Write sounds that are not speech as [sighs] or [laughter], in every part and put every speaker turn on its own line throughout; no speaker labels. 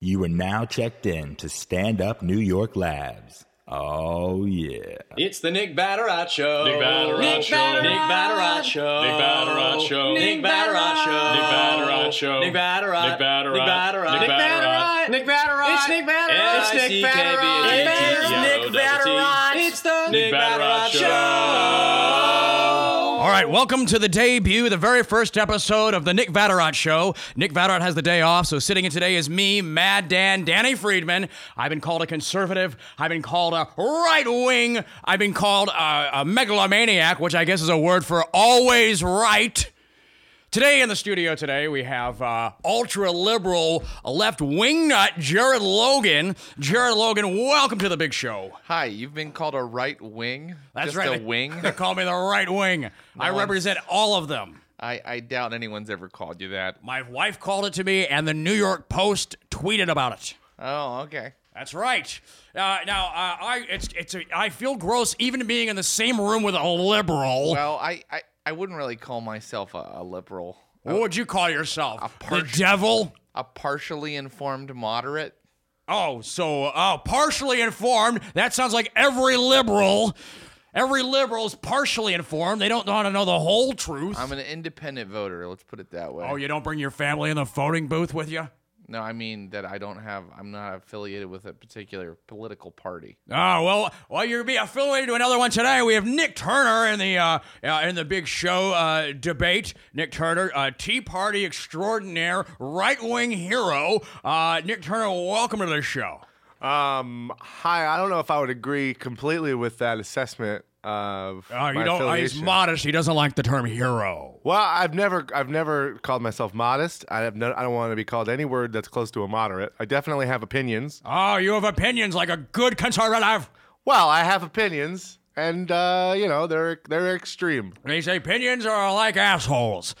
You are now checked in to Stand Up New York Labs. Oh, yeah.
It's the Nick Batterat Show.
Nick Batterat
Nick
Show.
Nick Batterat Show.
Nick Batterat Show.
Nick Batterat Show.
Nick Batterat Show.
Nick Batterat.
Nick Batterat.
Nick Batterat.
Nick Batterat.
Nick Batterat. It's Nick Batterat. It's Nick Batterat.
N-I-C-K-B-A-T-T-O-T-T.
It's Nick Batterat. It's the
Nick Batterat
Show.
All right, welcome to the debut, the very first episode of the Nick Vatterott Show. Nick Vatterott has the day off, so sitting in today is me, Mad Dan, Danny Friedman. I've been called a conservative. I've been called a right wing. I've been called a, a megalomaniac, which I guess is a word for always right. Today in the studio today we have uh, ultra liberal left wing nut Jared Logan. Jared Logan, welcome to the big show.
Hi, you've been called a right wing.
That's
Just
right.
A
They- [laughs]
wing.
They call me the right wing. I represent all of them.
I, I doubt anyone's ever called you that.
My wife called it to me, and the New York Post tweeted about it.
Oh, okay.
That's right. Uh, now, uh, I it's it's a, I feel gross even being in the same room with a liberal.
Well, I, I, I wouldn't really call myself a, a liberal.
what would you call yourself? The
partial-
devil?
A partially informed moderate.
Oh, so oh, partially informed. That sounds like every liberal. Every liberal's partially informed. They don't want to know the whole truth.
I'm an independent voter. Let's put it that way.
oh, you don't bring your family in the voting booth with you?
No, I mean that I don't have. I'm not affiliated with a particular political party.
Oh well, well you'll be affiliated to another one today. We have Nick Turner in the uh, uh, in the big show uh, debate. Nick Turner, uh, Tea Party extraordinaire, right wing hero. Uh, Nick Turner, welcome to the show.
Um, hi. I don't know if I would agree completely with that assessment of
Uh, you
my
don't. uh, he's
affiliation.
modest. He doesn't like the term hero.
well, I've never, I've never called myself modest. I have no, I don't want to be called any word that's close to a moderate. I definitely have opinions.
Oh, you have opinions like a good conservative.
Well, I have opinions, and uh, you know they're they're extreme.
These opinions are like assholes.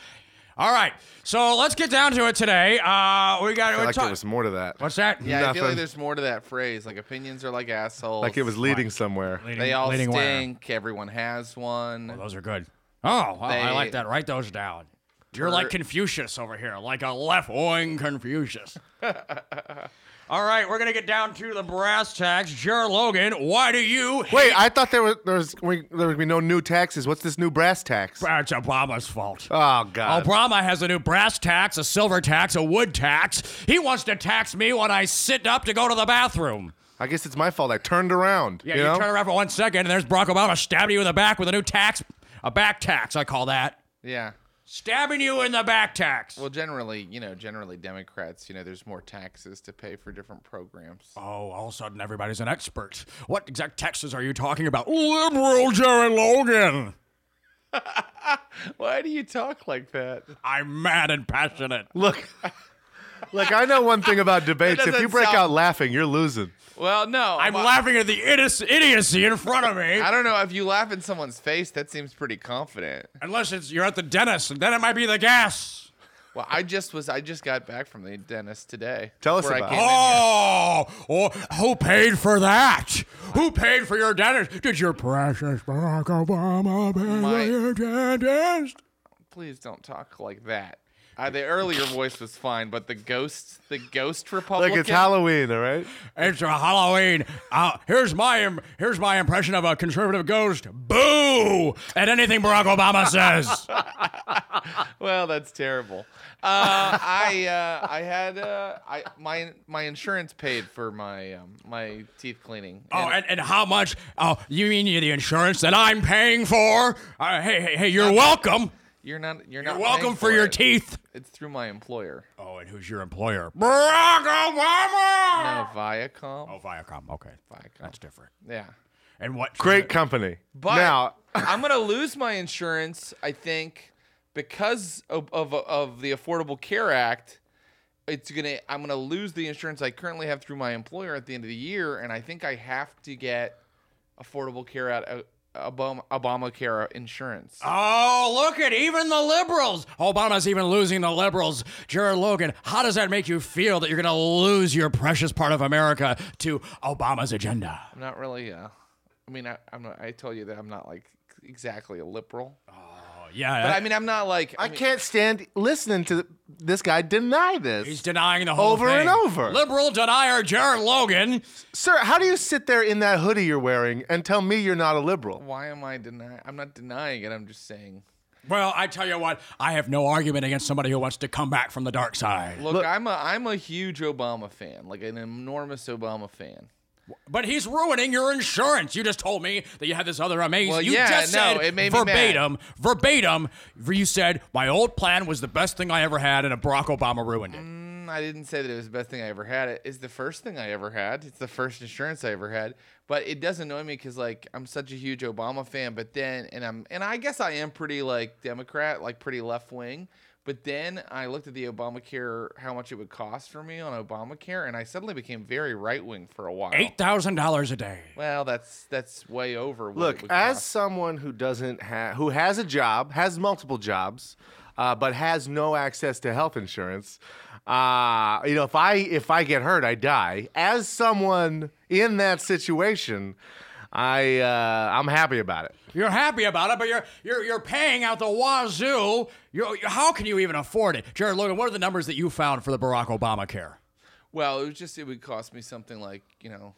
All right, so let's get down to it today. Uh, we got. we're
I feel like
ta-
there was more to that.
what's that?
Yeah, I feel like
Nothing.
there's more to that phrase. Like opinions are like assholes.
Like it was leading somewhere.
They all
Leading wire.
stink. Everyone has one.
Those are good. Oh, wow, I
They-
like that. Write those down. You're
Or-
like Confucius over here, like a left wing Confucius. All right, we're gonna get down to the brass tacks. Jared Logan, why do you?
Wait, I thought there was there was we, there would be no new taxes. What's this new brass tax?
It's Obama's fault.
Oh God.
Obama has a new brass tax, a silver tax, a wood tax. He wants to tax me when I sit up to go to the bathroom.
I guess it's my fault. I turned around.
Yeah,
you
you,
know?
turn around for one second, and there's Barack Obama stabbing you in the back with a new tax, a back tax. I call that
Yeah.
stabbing you in the back tax.
Well, generally, you know, generally Democrats, you know, there's more taxes to pay for different programs.
Oh, all of a sudden everybody's an expert. What exact taxes are you talking about? Liberal Jared Logan.
Why do you talk like that?
I'm mad and passionate.
Look, [laughs] look, I know one thing about debates. If you
doesn't
break
sound-
out laughing, you're losing.
Well, no.
I'm
well,
laughing at the idi- idiocy in front of me.
I don't know if you laugh in someone's face, that seems pretty confident.
Unless it's you're at the dentist, and then it might be the gas.
Well, I just was I just got back from the dentist today.
Tell us
where
about
I came
it.
in here.
Oh, oh, who paid for that? Who paid for your dentist? Did your precious Barack Obama pay
My-
for your dentist?
Please don't talk like that. Uh, the earlier voice was fine, but the ghost, the ghost
Look,
Republican.
it's Halloween, all right?
It's a Halloween. Uh, here's my im- here's my impression of a conservative ghost. Boo at anything Barack Obama [laughs] says.
Well, that's terrible. Uh, I uh, I had uh, I my my insurance paid for my um, my teeth cleaning.
oh, and, and how much? Oh, you mean the insurance that I'm paying for? Uh, hey, hey, hey, you're welcome.
you're not
You're
you're, not
welcome
paying
for your
it.
teeth.
It's through my
[laughs]
employer.
Oh, and who's your employer? Barack Obama.
No, Viacom.
Ah. Oh, Viacom. Okay,
Viacom.
that's different.
Yeah.
And what?
Great company.
But
now,
I'm gonna lose my insurance, I think, because of, of of the Affordable Care Act. It's gonna I'm gonna lose the insurance I currently have through my employer at the end of the year, and I think I have to get Affordable Care Act uh, Obama Obamacare insurance.
Oh, look at even the liberals. Obama's even losing the liberals. Jared Logan, how does that make you feel that you're going to lose your precious part of America to Obama's agenda?
I'm not really. Uh, I mean, I, I'm not, I told you that I'm not like exactly a liberal.
yeah.
But I mean, I'm not like
I can't stand listening to this guy deny this.
He's denying the whole
Over
thing.
and over.
Liberal denier Jared Logan.
Sir, how do you sit there in that hoodie you're wearing and tell me you're not a liberal?
Why am I denying? I'm not denying it. I'm just saying.
Well, I tell you what, I have no argument against somebody who wants to come back from the dark side.
Look, I'm a I'm a huge Obama fan, like an enormous Obama fan.
But he's ruining your insurance. You just told me that you had this other amazing.
Well,
you
yeah,
just
no,
said
it made me mad.
verbatim, verbatim. You said my old plan was the best thing I ever had, and Barack Obama ruined it.
Mm, I didn't say that it was the best thing I ever had. It is the first thing I ever had. It's the first insurance I ever had. But it does annoy me because like I'm such a huge Obama fan. But then and I'm and I guess I am pretty like Democrat, like pretty left wing. But then I looked at the Obamacare, how much it would cost for me on Obamacare, and I suddenly became very right wing for a while.
Eight thousand dollars a day.
Well, that's that's way over. What it
Look,
would
as
cost.
someone who doesn't have, who has a job, has multiple jobs, uh, but has no access to health insurance, uh, you know, if I if I get hurt, I die. As someone in that situation, I uh, I'm happy about it.
You're happy about it, but you're you're you're paying out the wazoo. You're, how can you even afford it, Jared Logan? What are the numbers that you found for the Barack Obama care?
well, it was just it would cost me something like you know,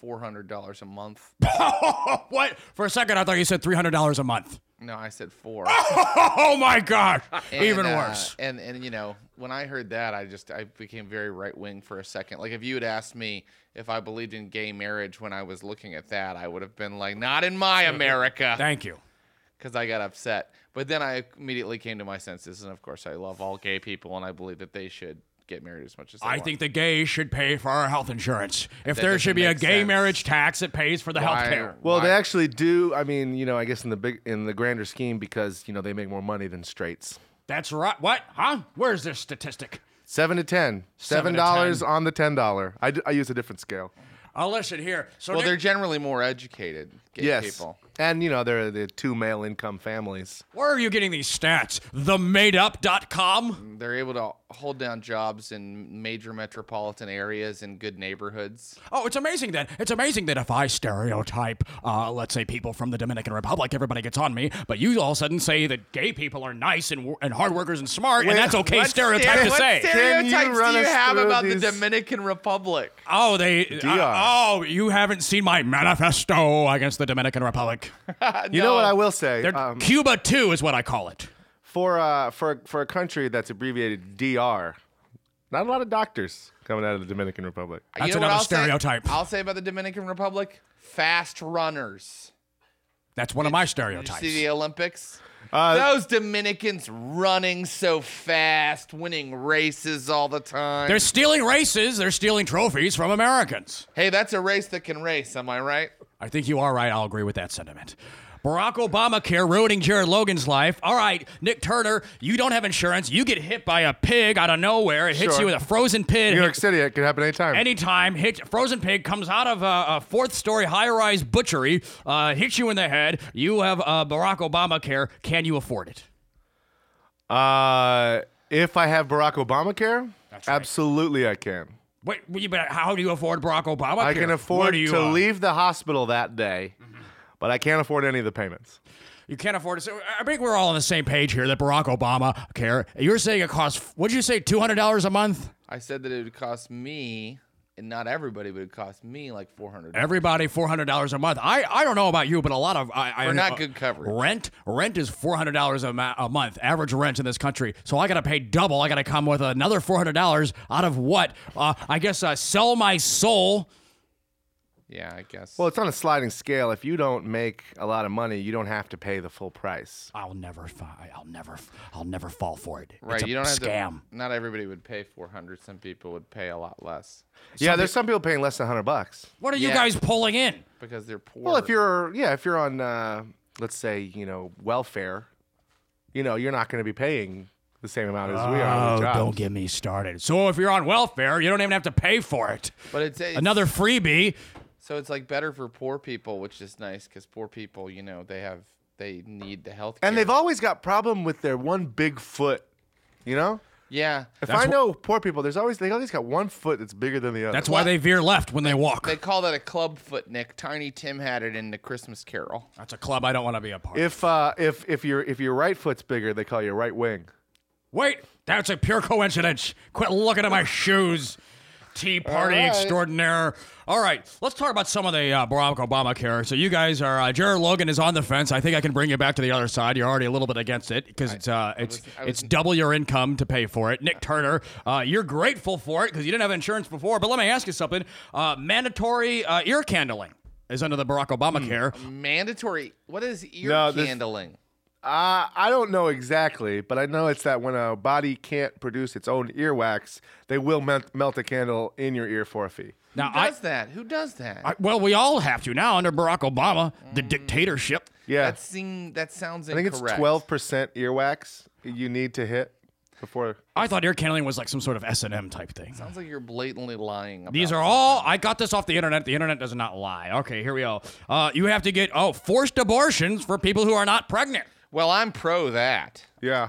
four hundred dollars a month.
[laughs] what? For a second, I thought you said three hundred dollars a month. [laughs]
No, I said four.
Oh my gosh!
And,
Even
uh,
worse.
and and you know, when I heard that, I just I became very right wing for a second. Like if you had asked me if I believed in gay marriage when I was looking at that, I would have been like, not in my America,
Thank you.
because I got upset. But then I immediately came to my senses, and of course, I love all gay people, and I believe that they should get married as much as they
I
want.
think the gays should pay for our health insurance. If
That
there
doesn't
should be a
make
gay
sense.
marriage tax, it pays for the health
Why-
care.
Well,
why-
they actually do. I mean, you know, I guess in the big in the grander scheme, because you know they make more money than straights.
That's right. What? Huh? Where's this statistic?
Seven to ten.
Seven
Seven
to
dollars
10.
on the ten dollar. I, d- I use a different scale.
Oh, listen here. So
Well,
Nick-
they're generally more educated gay
yes.
people.
And you know they're the two male income families.
where are you getting these stats? TheMadeUp.com?
They're able to hold down jobs in major metropolitan areas and good neighborhoods.
Oh, it's amazing that it's amazing that if I stereotype, uh, let's say people from the Dominican Republic, everybody gets on me. But you all of a sudden say that gay people are nice and and hard workers and smart, and that's okay
what
stereotype
stere-
to
what
say.
Can you
stereotypes
run
do you
us
have
through
about
these-
the Dominican Republic?
oh, they.
DR.
oh, you haven't seen my manifesto against the Dominican Republic.
You know what I will
[laughs]
say
They're-
um,
Cuba too is what I call it.
for uh, for for a country that's abbreviated DR. Not a lot of doctors coming out of the Dominican Republic.
That's
you know what
another
I'll
stereotype.
Say? I'll say about the Dominican Republic: fast runners.
That's one of my
You
stereotypes.
see the Olympics?
Uh,
Those Dominicans running so fast, winning races all the time.
They're stealing races. They're stealing trophies from Americans.
hey, that's a race that can race. Am I right?
I think you are right. I'll agree with that sentiment. Barack Obamacare ruining Jared Logan's life. All right, Nick Turner, you don't have insurance. You get hit by a pig out of nowhere. It hits
Sure.
you with a frozen pig.
New York City, it could happen anytime.
Anytime, hit frozen pig comes out of a, a fourth-story high-rise butchery, uh, hits you in the head. You have uh, Barack Obamacare. Can you afford it?
uh, if I have Barack Obamacare,
right.
absolutely I can.
Wait, wait, but how do you afford Barack Obamacare?
I can
What
afford
do you, Mm-hmm.
to
uh,
leave the hospital that day, but I can't afford any of the payments.
You can't afford it. So I think we're all on the same page here that Barack Obama care. You're saying it costs. What'd you say? Two hundred dollars a month.
I said that it would cost me, and not everybody, but it would cost me like four hundred.
Everybody four hundred dollars a month. I, I don't know about you, but a lot of I, I
For not good coverage.
Rent rent is four hundred dollars a ma- a month average rent in this country. So I got to pay double. I got to come with another four hundred dollars out of what? Uh, I guess uh, sell my soul.
Yeah, I guess.
Well, it's on a sliding scale. If you don't make a lot of money, you don't have to pay the full price.
I'll never fi- I'll never I'll never fall for it.
right,
It's a
you don't have
scam.
to. Not everybody would pay four hundred. Some people would pay a lot less
yeah, there's some people paying less than 100 bucks.
What are you
Yeah.
guys pulling in?
because they're poor.
Well, if you're yeah, if you're on uh, let's say, you know, welfare, you know, you're not going to be paying the same amount as we are. on
Oh,
the job.
don't get me started. So if you're on welfare, you don't even have to pay for it.
but it's, it's
Another freebie.
So it's like better for poor people, which is nice because poor people, you know, they have they need the health.
and they've always got problem with their one big foot, you know?
Yeah.
If
That's
I
wh-
know poor people, there's always they always got one foot that's bigger than the other.
That's why they veer left when they walk.
They call that a club foot, Nick. Tiny Tim had it in the Christmas Carol.
That's a club I don't want to be a part of.
If uh, if if your if your right foot's bigger, they call you right wing.
Wait, that's a pure coincidence. Quit looking at my shoes. Tea party
All right.
extraordinaire. All right, let's talk about some of the uh, Barack Obamacare. So you guys are uh, Jared Logan is on the fence. I think I can bring you back to the other side. You're already a little bit against it because it's uh, it's
I
it's double your income to pay for it. Nick Turner, uh, you're grateful for it because you didn't have insurance before. But let me ask you something. Uh, mandatory uh, ear candling is under the Barack
Hmm.
Obamacare.
Um, Mandatory. What is ear
No, this-
candling?
Uh, I don't know exactly, but I know it's that when a body can't produce its own earwax, they will melt, melt a candle in your ear for a fee.
Now
Who does that? Who does that?
I, I well, we all have to now under Barack Obama, the
Mm.
dictatorship.
Yeah,
that seem that sounds
I think
incorrect.
it's twelve percent earwax you need to hit before.
I thought ear candling was like some sort of S and M type thing.
Sounds like you're blatantly lying. About
These are all I got this off the internet. The internet does not lie. Okay, here we go. Uh, you have to get oh forced abortions for people who are not pregnant.
Well, I'm pro that.
Yeah,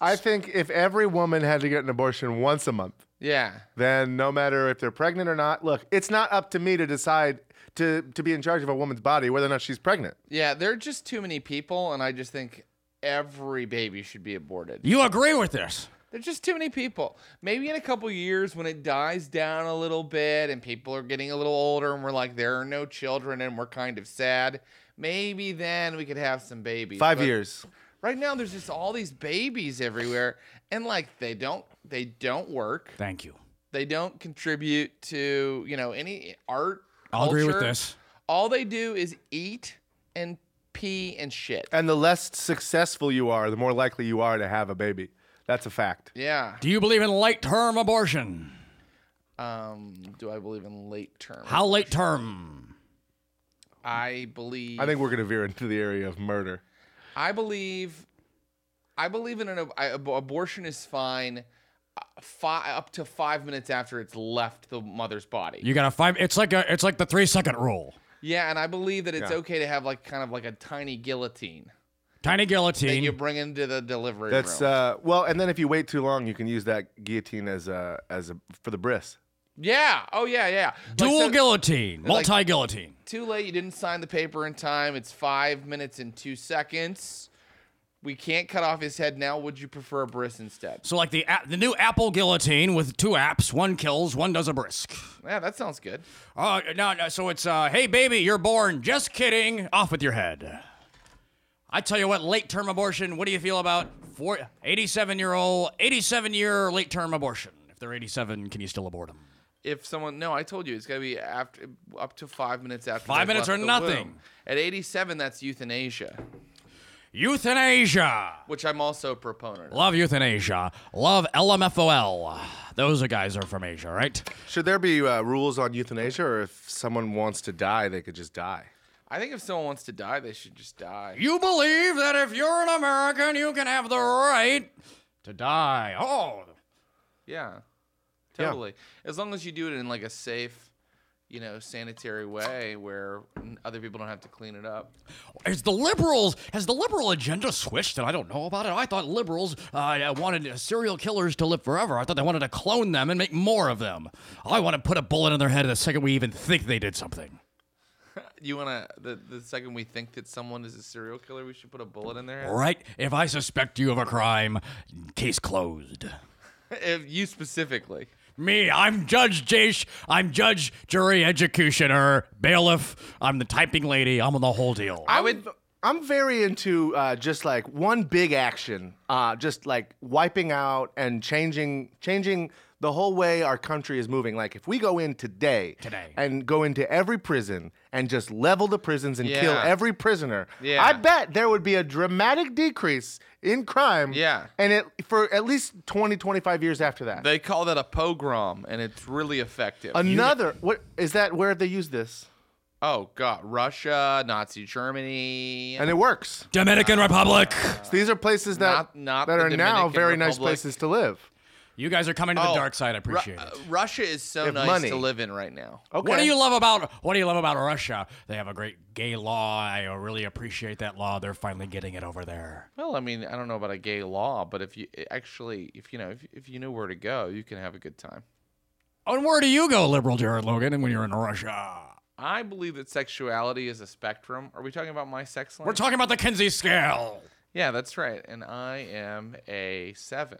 I think if every woman had to get an abortion once a month,
Yeah.
then no matter if they're pregnant or not, look, it's not up to me to decide to to be in charge of a woman's body whether or not she's pregnant.
Yeah, there are just too many people, and I just think every baby should be aborted.
You agree with this?
There's just too many people. Maybe in a couple years when it dies down a little bit and people are getting a little older and we're like, there are no children and we're kind of sad. Maybe then we could have some babies.
Five
But
years.
Right now there's just all these babies everywhere and like they don't they don't work.
Thank you.
They don't contribute to, you know, any art.
I'll agree with
culture.
this.
All they do is eat and pee and shit.
And the less successful you are, the more likely you are to have a baby. That's a fact.
Yeah.
Do you believe in late term abortion?
Um, do I believe in late term?
How late term?
I believe.
I think we're going to veer into the area of murder.
I believe. I believe in an ab- I- ab- abortion is fine, five, up to five minutes after it's left the mother's body.
You got a five. It's like a. It's like the three second rule.
yeah, and I believe that it's
Yeah.
okay to have like kind of like a tiny guillotine
Tiny
that you
guillotine.
bring into the delivery
That's
room.
uh, well, and then if you wait too long, you can use that guillotine as a as a for the bris.
yeah. Oh yeah, yeah. Like,
Dual
so-
guillotine.
like-
Multi guillotine.
Too late. You didn't sign the paper in time. It's five minutes and two seconds. We can't cut off his head now. Would you prefer a bris instead?
So like the a- the new Apple guillotine with two apps. One kills. One does a brisk.
Yeah, that sounds good.
Oh no, no. So it's uh, hey baby, you're born. Just kidding. Off with your head. I tell you what, late term abortion. What do you feel about four, 87 year old, 87 year late term abortion? If they're 87, can you still abort them?
if someone no i told you it's got to be after up to five minutes after
Five
they've
minutes
left
or
the
nothing.
womb. at 87 that's euthanasia
Euthanasia.
which i'm also a proponent of.
Love euthanasia. Love LMFAO. Those are guys are from Asia, right?
Should there be uh, rules on euthanasia, or if someone wants to die, they could just die?
i think if someone wants to die they should just die
You believe that if you're an American, you can have the right to die. Oh,
yeah
Yeah.
totally as long as you do it in like a safe you know sanitary way where n- other people don't have to clean it up
Is the liberals has the liberal agenda switched and I don't know about it? I thought liberals uh, wanted uh, serial killers to live forever. I thought they wanted to clone them and make more of them. I want to put a bullet in their head the second we even think they did something.
you want to the, the second we think that someone is a serial killer we should put a bullet in their head
Right? If I suspect you of a crime, case closed.
[laughs] if you specifically
Me, I'm Judge Jash. I'm Judge, Jury, Executioner, Bailiff. I'm the typing lady. I'm on the whole deal.
i would
I'm very into uh, just like one big action, uh, just like wiping out and changing changing the whole way our country is moving. Like if we go in today,
Today.
and go into every prison and just level the prisons and kill
Yeah.
every prisoner,
Yeah.
I bet there would be a dramatic decrease in crime.
Yeah.
and it for at least 20, 25 years after that.
they call that a pogrom and it's really effective
Another what is that? Where they use this
Oh God, Russia, Nazi Germany.
and it works.
Dominican Republic.
So these are places that
Not- not
that
the
are now
Dominican
very nice
Republic.
places to live.
You guys are coming to the
Oh,
dark side. I
Ru-
appreciate it.
uh, Russia is so
have
nice
money.
to live in right now.
Okay.
What do you love about What do you love about Russia? They have a great gay law. I really appreciate that law. They're finally getting it over there.
Well, I mean, I don't know about a gay law, but if you actually, if you know, if, if you know where to go, you can have a good time.
Oh, and where do you go, liberal Jared Logan, when you're in Russia?
I believe that sexuality is a spectrum. Are we talking about my sex life?
We're talking about the Kinsey scale.
yeah, that's right. And I am a seven,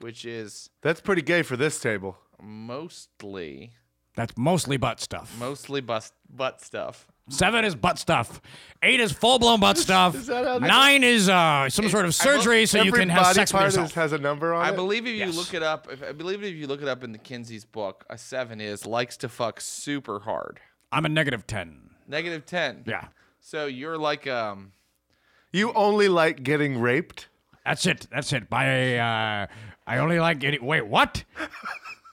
which is
That's pretty gay for this table.
mostly
That's mostly butt stuff.
mostly bust, butt stuff.
Seven is butt stuff. Eight is full blown
[laughs]
butt stuff.
that how that-
Nine is uh, some sort of surgery so you
Every
can have
body
sex with
part
yourself.
is- has a number on
I
it.
believe if
Yes.
you look it up, if, I believe if you look it up in the Kinsey's book, a seven is likes to fuck super hard.
I'm a negative ten.
Negative ten.
Yeah,
So you're like um.
you only like getting raped.
that's it. That's it. By uh, I only like getting. Wait, what?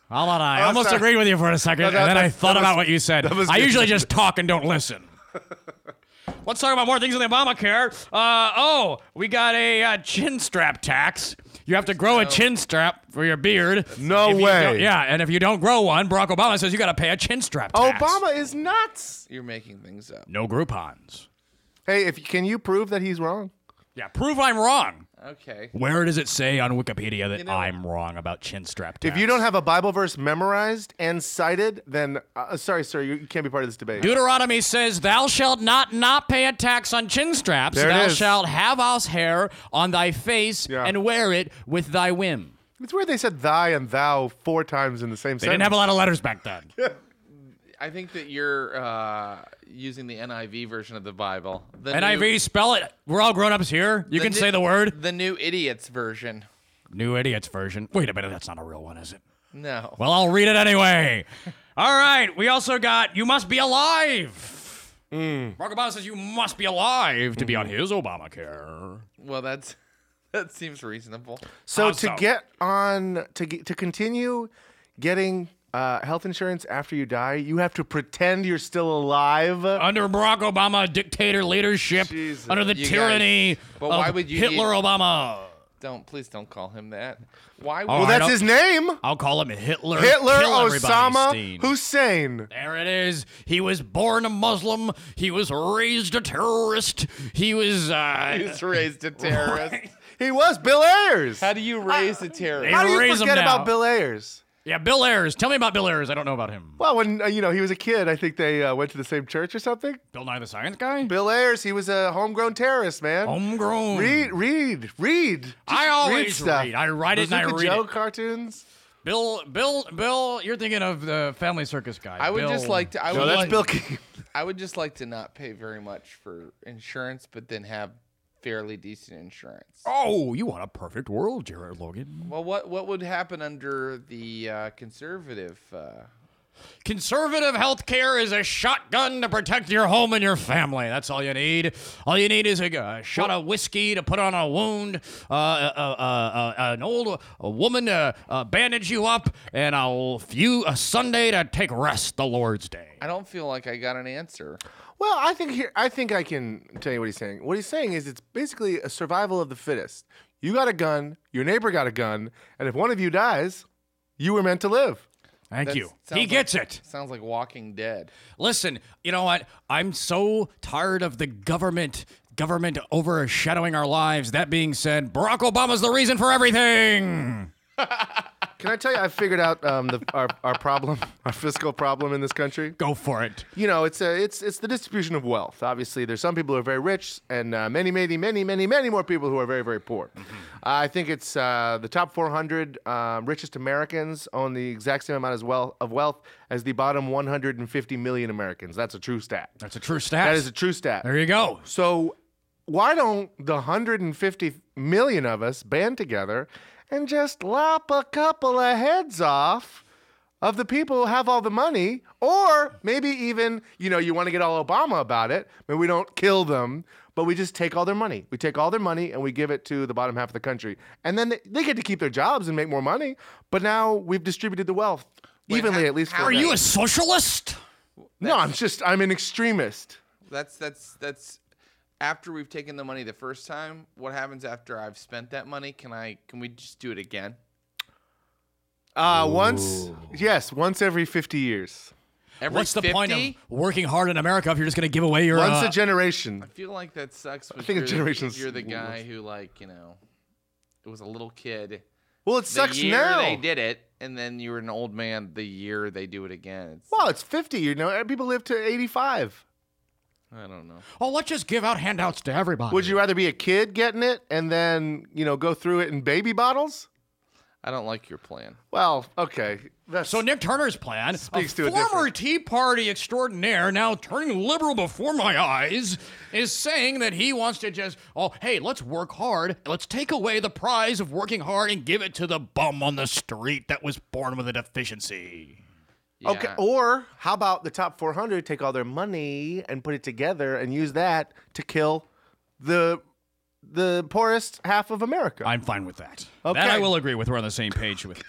Hold on. I almost
Oh, sorry.
agreed with you for a second,
that-
and then I
that-
thought
that
about
was-
what you said.
was
I
good. [laughs]
usually just talk and don't listen. [laughs] Let's talk about more things in the Obamacare. Uh, oh, we got a uh, chin strap tax. You have to grow a chin strap for your beard.
No
If you
way.
don't- Yeah, and if you don't grow one, Barack Obama says you got to pay a chin strap tax.
Obama is nuts.
You're making things up.
No Groupons.
Hey, if can you prove that he's wrong?
Yeah, prove I'm wrong.
Okay.
Where does it say on Wikipedia that
know-
I'm wrong about chin strap tax?
If you don't have a Bible verse memorized and cited, then uh, sorry, sir, you can't be part of this debate.
Deuteronomy says, "Thou shalt not not pay a tax on chin straps.
There it
Thou
is.
shalt have house hair on thy face
Yeah.
and wear it with thy whim."
It's weird they said thy and thou four times in the same
They
sentence.
didn't have a lot of letters back
[laughs]
then.
I think that you're uh, using the NIV version of the Bible. The
NIV, spell it. We're all grown ups here. You can
new-
say the word.
The new idiots version.
New Idiots version. Wait a minute, that's not a real one, is it?
No.
Well, I'll read it
[laughs]
anyway. All right, we also got "You Must Be Alive."
Hmm.
Barack Obama says you must be alive to be on his Obamacare.
Well, that's [laughs] that seems reasonable.
so
Awesome.
to get on to get, to continue getting uh, health insurance after you die, you have to pretend you're still alive.
under Barack Obama dictator leadership,
Jesus.
under the
You
tyranny
guys- but
of
why would you
Hitler
need-
Obama.
Don't please don't call him that. Why would
well,
I
that's
don't-
his name.
I'll call him Hitler.
Hitler,
Kill everybody,
Osama,
Steen.
Hussein.
There it is. He was born a Muslim. He was raised a terrorist. He was. Uh,
[laughs] he's raised
[laughs]
a terrorist?
He was Bill Ayers.
How do you raise a terrorist?
How do you
Raise him
forget
now.
about Bill Ayers?
yeah, Bill Ayers. Tell me about Bill Ayers. I don't know about him.
Well, when uh, you know he was a kid, I think they uh, went to the same church or something.
Bill Nye the Science Guy.
Bill Ayers, he was a homegrown terrorist, man.
Homegrown.
Read, read, read. Just
I
read
always
stuff.
read. I write it and I
Bazooka
read
Joe
it.
cartoons.
Bill, Bill, Bill. You're thinking of the Family Circus guy.
I would
Bill-
just like to. I would
No, that's
like-
Bill King.
I would just like to not pay very much for insurance, but then have fairly decent insurance.
Oh, you want a perfect world, Jared Logan.
Well, what what would happen under the uh, conservative? Uh,
Conservative health care is a shotgun to protect your home and your family. That's all you need. All you need is a, a shot of whiskey to put on a wound, uh, uh, uh, uh, an old a woman to uh, bandage you up, and a few a Sunday to take rest, the Lord's Day.
I don't feel like I got an answer.
Well, I think here, I think I can tell you what he's saying. What he's saying is it's basically a survival of the fittest. You got a gun, your neighbor got a gun, and if one of you dies, you were meant to live.
Thank you.
sounds
He
like-
gets it.
Sounds like Walking Dead.
Listen, you know what? I'm so tired of the government government overshadowing our lives. That being said, Barack Obama's the reason for everything.
Can I tell you? I figured out um, the, our our problem, [laughs] our fiscal problem in this country.
Go for it.
you know, it's a, it's it's the distribution of wealth. Obviously, there's some people who are very rich, and uh, many, many, many, many, many more people who are very, very poor. Uh, I think it's uh, the top 400 uh, richest Americans own the exact same amount as wealth of wealth as the bottom 150 million Americans. That's a true stat.
That's a true stat.
That is a true stat.
There you go.
So why don't the 150 million of us band together and just lop a couple of heads off of the people who have all the money? Or maybe even, you know, you want to get all Obama about it, but we don't kill them, but we just take all their money. We take all their money and we give it to the bottom half of the country. And then they, they get to keep their jobs and make more money. But now we've distributed the wealth evenly,
how-
at least.
how
for
Are
Are
you a socialist?
No, I'm just, I'm an extremist.
That's that's that's after we've taken the money the first time. What happens after I've spent that money? Can I can we just do it again?
Uh, once, yes, once every 50 years.
Every
What's the
50?
point of working hard in America if you're just going to give away your?
Once
uh,
a generation.
I feel like that sucks. I
think
you're,
a
the-
generation's
You're the guy who, like, you know, it was a little kid.
Well, it sucks
the year
now.
they did it, and then you were an old man the year they do it again. It's,
Well, it's 50, you know. and People live to 85.
I don't know.
oh, let's just give out handouts to everybody.
Would you rather be a kid getting it and then, you know, go through it in baby bottles?
I don't like your plan.
Well, okay. That's
So Nick Turner's plan,
Speaks
a
to a
former Tea Party extraordinaire, now turning liberal before my eyes, is saying that he wants to just, oh, hey, let's work hard, let's take away the prize of working hard and give it to the bum on the street that was born with a deficiency.
Okay. oh.
Yeah.
Or how about the top 400 take all their money and put it together and use that to kill the the poorest half of America?
I'm fine with that. That
Okay.
I will agree with. We're on the same page
[laughs]
with.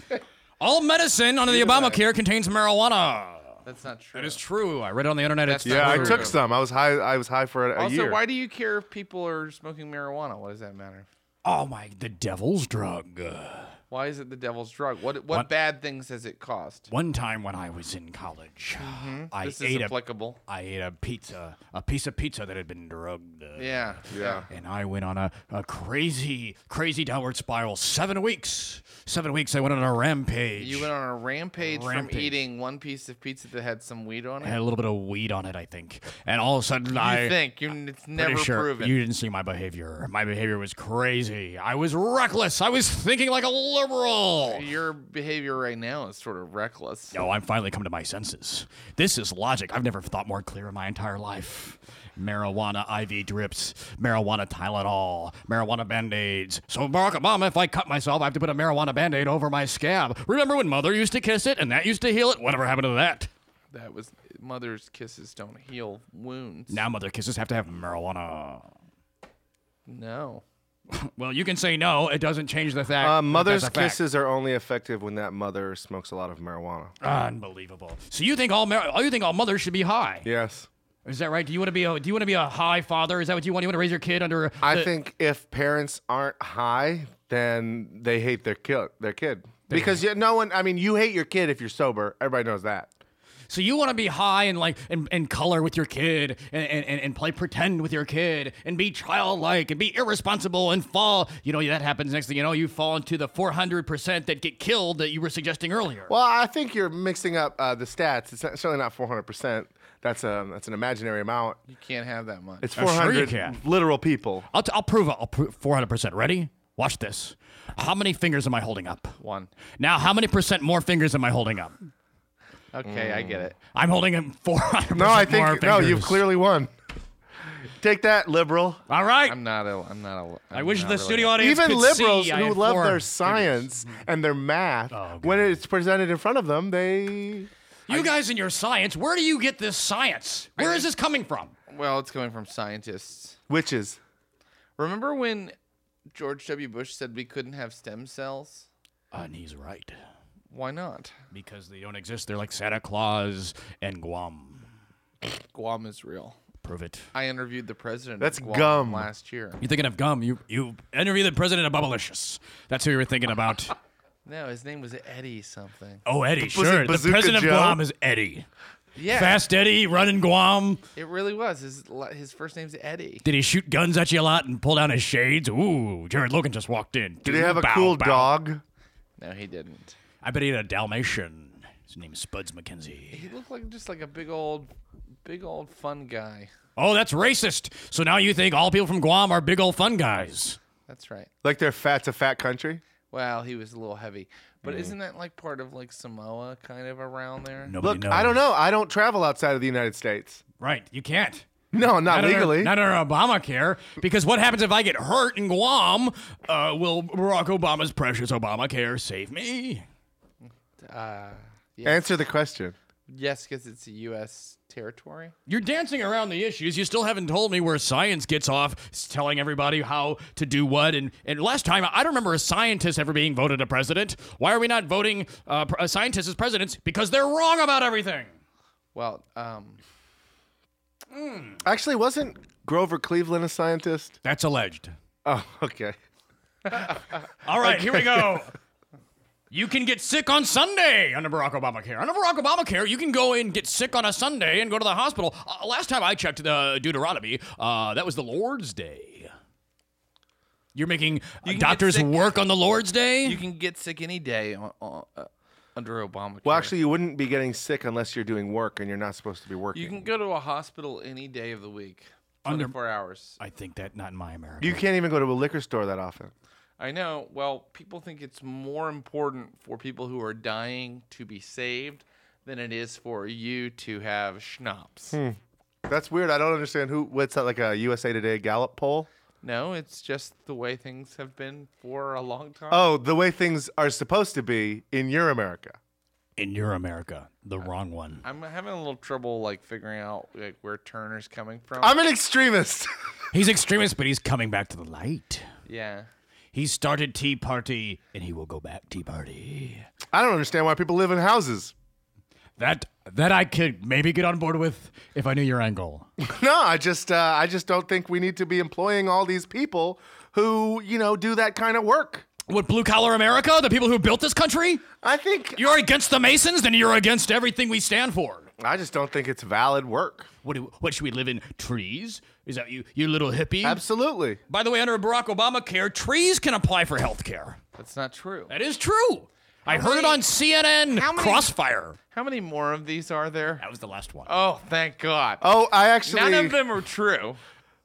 All medicine under the Obamacare contains marijuana.
That's not true.
That is true. I read it on the internet.
That's
it's
not
yeah, I
true.
took some. I was high. I was high for a, a
also,
year.
why do you care if people are smoking marijuana? What does that matter?
Oh my, the devil's drug. Uh,
Why is it the devil's drug? What what,
What?
bad things has it caused?
One time when I was in college, I
Mm-hmm. This is
ate a
applicable.
I ate a pizza, a piece of pizza that had been drugged. uh,
Yeah. Yeah.
And I went on a, a crazy, crazy downward spiral. Seven weeks. Seven weeks I went on a rampage.
You went on a rampage,
Rampage.
from eating one piece of pizza that had some weed on
I had
it.
a little bit of weed on it, I think. And all of a sudden
You
I
think you? It's
pretty
never
sure
proven.
you didn't see my behavior. My behavior was crazy. I was reckless. I was thinking like a liberal.
Your behavior right now is sort of reckless.
No, I'm finally come to my senses. This is logic. I've never thought more clear in my entire life. Marijuana IV drips, marijuana Tylenol, marijuana band-aids. So Barack Obama, if I cut myself, I have to put a marijuana band-aid over my scab. Remember when mother used to kiss it and that used to heal it? Whatever happened to that?
That was mother's kisses don't heal wounds.
Now mother kisses have to have marijuana.
No.
Well, you can say no. It doesn't change the fact.
Uh,
that
mother's
that's a fact.
kisses are only effective when that mother smokes a lot of marijuana.
Unbelievable. So you think all mar- oh, you think all mothers should be high?
Yes.
Is that right? Do you want to be a do you want to be a high father? Is that what you want? You want to raise your kid under?
I
the-
think if parents aren't high, then they hate their kid. Their kid. Because you, no one, I mean, you hate your kid if you're sober. Everybody knows that.
So you want to be high and like and, and color with your kid and, and, and- and play pretend with your kid and be childlike and be irresponsible and fall. You know that happens. Next thing you know, you fall into the four hundred percent that get killed that you were suggesting earlier.
Well, I think you're mixing up uh, the stats. It's not, certainly not 400. percent That's a that's an imaginary amount.
You can't have that much.
It's
I'm sure you
400
can.
literal people.
I'll, t- I'll prove it. I'll prove four hundred percent. Ready? Watch this. How many fingers am I holding up?
one.
Now, how many percent more fingers am I holding up?
Okay, I get it.
I'm holding him four hundred.
No, I think
more
no.
fingers.
You've clearly won. Take that, liberal.
All right.
I'm not a. I'm not a. I'm
I wish
not
the
really
studio
a-
audience
Even
could
liberals
see I Mm-hmm.
who
had
love
four
their
fingers.
science and their math,
Oh,
when it's presented in front of them, they
You guys and your science. Where do you get this science? Where is this coming from?
Well, it's coming from scientists.
witches.
Remember when George W. Bush said we couldn't have stem cells?
And Uh, he's right.
Why not?
Because they don't exist. They're like Santa Claus and Guam.
Guam is real.
Prove it.
I interviewed the president.
That's
of Guam
gum.
Last year.
You're thinking of gum. You you interviewed the president of Bubblicious. That's who you were thinking about.
No, his name was Eddie something.
[laughs] oh, Eddie.
it
Sure. The
Bazooka
president
Joe?
of Guam is Eddie.
Yeah,
Fast Eddie running Guam.
it really was. His la- his first name's Eddie.
Did he shoot guns at you a lot and pull down his shades? Ooh, Jared Logan just walked in.
Do they have a
Bow,
cool
bow.
dog?
No, he didn't.
I bet he had a Dalmatian. His name's Spuds McKenzie.
He looked like just like a big old, big old fun guy.
Oh, that's racist. So now you think all people from Guam are big old fun guys.
That's right.
Like they're fat's a fat country.
Well, he was a little heavy, but isn't that like part of like Samoa, kind of around there?
Nobody
Look,
knows.
I don't know. I don't travel outside of the United States. [laughs]
Right, you can't.
No, not,
Not
legally.
Under, not under Obamacare, because what happens if I get hurt in Guam? Uh, will Barack Obama's precious Obamacare save me?
Uh,
Answer the question.
yes, because it's a U.S. territory.
You're dancing around the issues. You still haven't told me where science gets off s- telling everybody how to do what. And, and last time, I don't remember a scientist ever being voted a president. Why are we not voting uh, pr- uh, scientists as presidents? Because they're wrong about everything.
Well, um,
Actually, wasn't Grover Cleveland a scientist? [laughs]
That's alleged.
Oh, okay.
All right, here we go. You can get sick on Sunday under Barack Obamacare. Under Barack Obamacare, you can go and get sick on a Sunday and go to the hospital. Uh, last time I checked the Deuteronomy, uh, that was the Lord's Day. You're making uh,
get
doctors
sick-
work on the Lord's Day?
You can get sick any day on, on, uh, under Obamacare.
Well, actually, you wouldn't be getting sick unless you're doing work and you're not supposed to be working.
you can go to a hospital any day of the week.
Under-
24 hours.
I think that not in my America.
You can't even go to a liquor store that often.
I know. Well, people think it's more important for people who are dying to be saved than it is for you to have schnapps.
Hmm. That's weird. I don't understand who. What's that like a USA Today Gallup poll?
No, it's just the way things have been for a long time.
Oh, the way things are supposed to be in your America.
in your America, the wrong one.
I'm having a little trouble like figuring out like where Turner's coming from.
I'm an extremist. [laughs]
He's extremist, but he's coming back to the light.
yeah.
He started Tea Party, and he will go back Tea Party.
I don't understand why people live in houses. [laughs]
That that I could maybe get on board with if I knew your angle.
No, I just, uh, I just don't think we need to be employing all these people who, you know, do that kind of work.
What blue collar America? The people who built this country?
I think.
You're against the Masons, then you're against everything we stand for.
I just don't think it's valid work.
What, do- what should we live in? Trees? Is that you, you little hippie?
Absolutely.
By the way, under Barack Obamacare, trees can apply for health care.
That's not true.
That is true. I heard it
many-
on CNN
how many-
Crossfire.
How many more of these are there?
That was the last one.
Oh, thank God.
Oh, I actually.
None of them are true.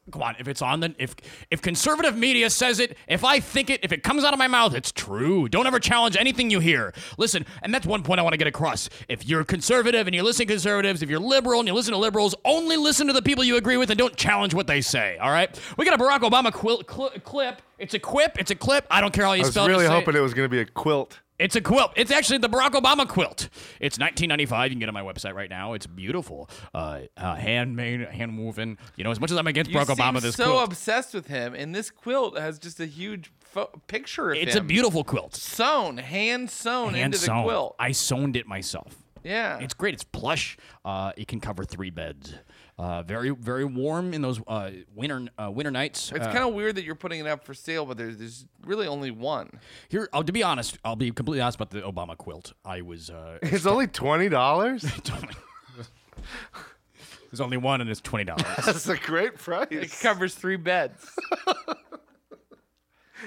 Come on, if it's on the if if conservative media says it, if I think it, if it comes out of my mouth, it's true. Don't ever challenge anything you hear. Listen, and that's one point I want to get across. If you're conservative and you listen to conservatives, if you're liberal and you listen to liberals, only listen to the people you agree with and don't challenge what they say. All right? We got a Barack Obama quil- cl- clip. It's a quip. It's a clip. I don't care how you
I was
spell it.
really
just say
hoping it was going to be a quilt.
it's a quilt. It's actually the Barack Obama quilt. It's 1995. You can get it on my website right now. It's beautiful, uh, uh, handmade, hand woven. You know, as much as I'm against
You
Barack
seem
Obama, this
so
quilt.
obsessed with him, and this quilt has just a huge fo- picture of
it's
him.
a beautiful quilt.
sewn, hand sewn
Hand
into the
sewn.
quilt.
I sewned it myself.
yeah,
It's great. It's plush. Uh, it can cover three beds. Uh, very, very warm in those uh, winter uh, winter nights.
It's
Uh,
kind of weird that you're putting it up for sale, but there's, there's really only one.
here. I'll, to be honest, I'll be completely honest about the Obama quilt. I was.
[laughs]
Uh, [laughs]
It's only twenty dollars.
there's only one, and it's twenty dollars.
That's a great
It
price.
covers three beds.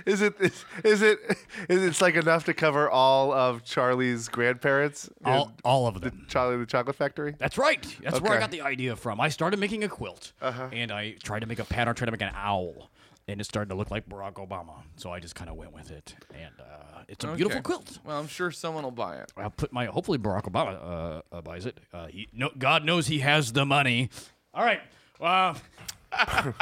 Is it? Is, is it? [laughs] Is it's like enough to cover all of Charlie's grandparents? in
all, all of them.
Charlie the Chocolate Factory.
That's right. That's where I
Okay.
got the idea from. I started making a quilt, and I tried to make a pattern, tried to make an owl, and it started to look like Barack Obama. So I just kind of went with it, and uh, it's a beautiful
Okay.
quilt.
Well, I'm sure someone will buy it.
I'll put my hopefully Barack Obama uh, uh, buys it. Uh, he, no, God knows he has the money. All right. Uh, [laughs]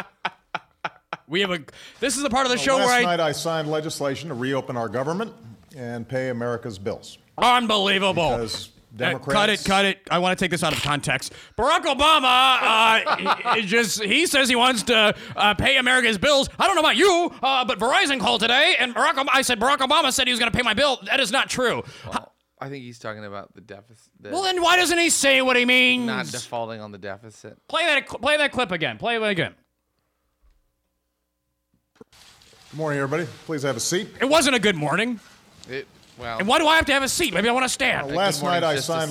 we have a. This is the part of the show
Last
where I
night I signed legislation to reopen our government and pay America's bills.
Unbelievable.
Because
Uh, cut it,
Democrats-
cut it. I want to take this out of context. Barack Obama uh, he- he just he says he wants to uh, pay America's bills. I don't know about you, uh, but Verizon called today, and Barack Obama, I said Barack Obama said he was going to pay my bill. That is not true. Ho-
I think he's talking about the deficit. The
well, then why doesn't he say what he means?
not defaulting on the deficit.
play that play that clip again. Play it again.
Good morning, everybody. Please have a seat.
It wasn't a good morning.
It, well,
And why do I have to have a seat? Maybe I want to stand.
Last
morning,
night I
just a
signed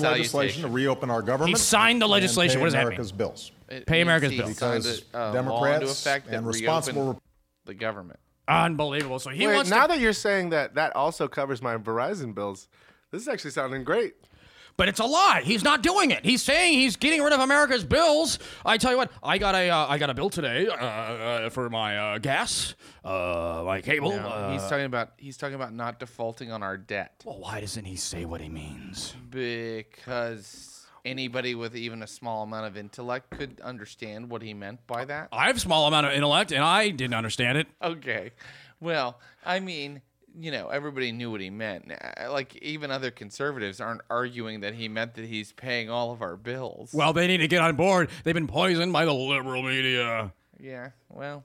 salutation.
legislation to reopen our government.
He signed the
and
legislation.
pay
What does that mean?
America's bills.
it
Pay
means
America's
he
bills.
signed
Because
a, a law into
Democrats
effect that
and responsible
reopened
Rep-
the government.
Unbelievable. So he
Wait,
wants
now
to,
that you're saying that, that also covers my Verizon bills. This is actually sounding great.
But it's a lie. He's not doing it. He's saying he's getting rid of America's bills. I tell you what, I got a uh, I got a bill today uh, uh, for my uh, gas, uh, my cable.
No,
uh,
he's talking about he's talking about not defaulting on our debt
well, why doesn't he say what he means?
because anybody with even a small amount of intellect could understand what he meant by that.
I have a small amount of intellect, and I didn't understand it.
Okay. Well, I mean, you know, everybody knew what he meant. Uh, Like, even other conservatives aren't arguing that he meant that he's paying all of our bills.
Well, they need to get on board. They've been poisoned by the liberal media.
yeah, well,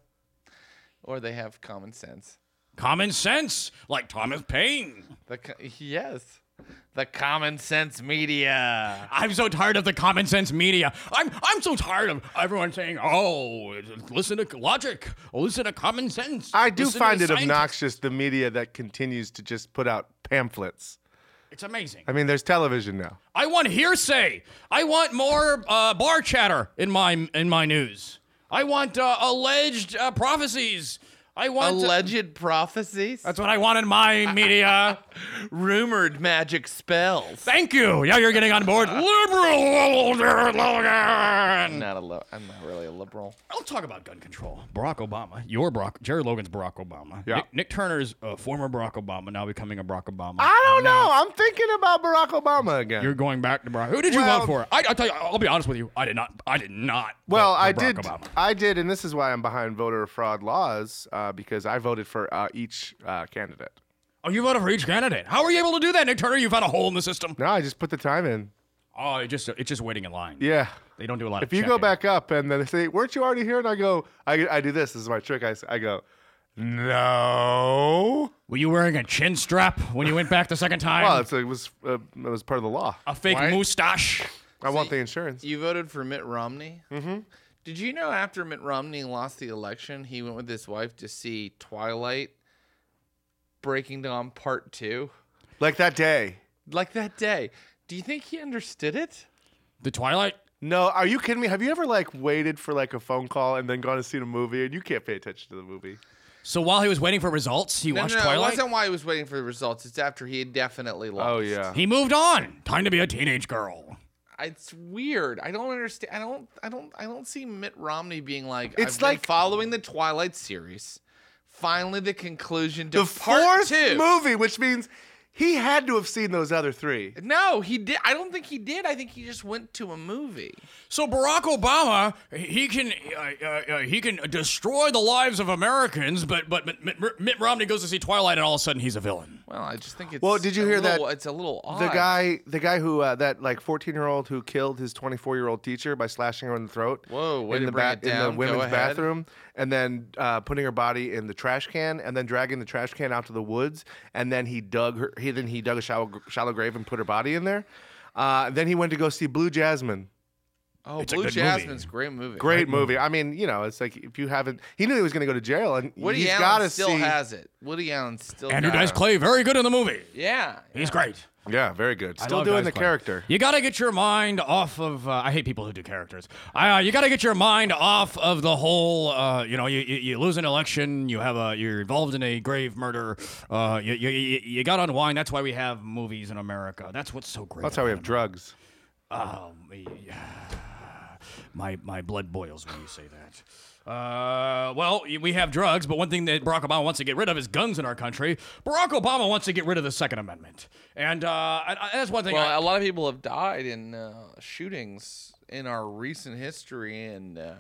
or they have common sense.
Common sense, like Thomas Paine.
The co- yes, the common sense media.
I'm so tired of the common sense media. I'm I'm so tired of everyone saying, "Oh, listen to logic, listen to common sense."
I do
listen to
find
the
it
scientists."
obnoxious the media that continues to just put out pamphlets.
It's amazing.
I mean, there's television now.
I want hearsay. I want more uh, bar chatter in my in my news. I want uh, alleged uh, prophecies. I want uh,
Alleged prophecies,
That's what I want in my
[laughs]
media.
rumored magic spells.
Thank you. Yeah, you're getting on board. Liberal.
I'm not a li- I'm not really a liberal.
I'll talk about gun control. Barack Obama, your Barack, Jerry Logan's Barack Obama.
Yeah.
Nick, Nick Turner's uh, former Barack Obama, now becoming a Barack Obama.
I don't know. I'm thinking about Barack Obama again.
You're going back to Barack. Who did you
Well-
vote for? I, I'll tell you. I'll be honest with you. I did not. I did not.
well,
vote for
I
Barack
did.
Obama.
I did, and this is why I'm behind voter fraud laws uh, because I voted for uh, each uh, candidate.
Oh, you voted for each candidate. How were you able to do that, Nick Turner? You found a hole in the system.
No, I just put the time in.
Oh, it just it's just waiting in line.
Yeah.
They don't do a lot.
If
of
you go
checking.
back up and then they say, "Weren't you already here?" and I go, I, I do this. This is my trick. I, s- I go, no.
were you wearing a chin strap when you went back the second time?
Well, it's, it was uh, it was part of the law.
a fake
Why-
mustache.
I want the insurance.
You voted for Mitt Romney. Mm-hmm. Did you know after Mitt Romney lost the election, he went with his wife to see Twilight Breaking Dawn Part Two,
like that day.
like that day. Do you think he understood it?
The Twilight.
No, are you kidding me? Have you ever like waited for like a phone call and then gone to see the movie and you can't pay attention to the movie?
So while he was waiting for results, he
No,
watched
no, no, it
Twilight.
wasn't why he was waiting for the results. It's after he had definitely lost.
Oh yeah.
He moved on. Time to be a teenage girl.
it's weird. I don't understand. I don't. I don't. I don't see Mitt Romney being like.
It's
I've been
like-
following the Twilight series. Finally, the conclusion to
The
part
fourth
two.
movie, which means he had to have seen those other three.
No, he did. I don't think he did. I think he just went to a movie.
So Barack Obama, he can uh, uh, uh, he can destroy the lives of Americans, but but Mitt, Mitt, Mitt Romney goes to see Twilight, and all of a sudden he's a villain.
Well, I just think it's.
Well, did you
a
hear that-
little- It's a little odd.
The guy, the guy who uh, that like fourteen year old who killed his twenty four year old teacher by slashing her in the throat.
Whoa, way
in
to
the
bring
ba-
it
in
down.
the
Go
women's
ahead.
bathroom, and then uh, putting her body in the trash can, and then dragging the trash can out to the woods, and then he dug her. He then he dug a shallow, shallow grave and put her body in there. Uh, then he went to go see Blue Jasmine.
Oh,
a good
Blue
movie.
Jasmine's a great movie.
Great movie. I mean, you know, it's like if you haven't, he knew he was going to go to jail, and
Woody
he's got
Allen
to
still
see.
has it. Woody Allen still.
Andrew
got
Dice
it.
Clay, very good in the movie.
Yeah.
He's great.
yeah, very good. Still
love
doing
Dice
the
Clay.
character.
You got to get your mind off of. Uh, I hate people who do characters. Uh, you got to get your mind off of the whole. Uh, you know, you, you, you lose an election. You have a. You're involved in a grave murder. Uh, you you, you, you got to unwind. That's why we have movies in America. That's what's so great.
That's how we have drugs.
Um, yeah. my my blood boils when you say that. Uh, well, y- we have drugs, but one thing that Barack Obama wants to get rid of is guns in our country. Barack Obama wants to get rid of the Second Amendment, and uh, and, uh, that's one thing. I-
Well, a lot of people have died in uh, shootings in our recent history, and uh,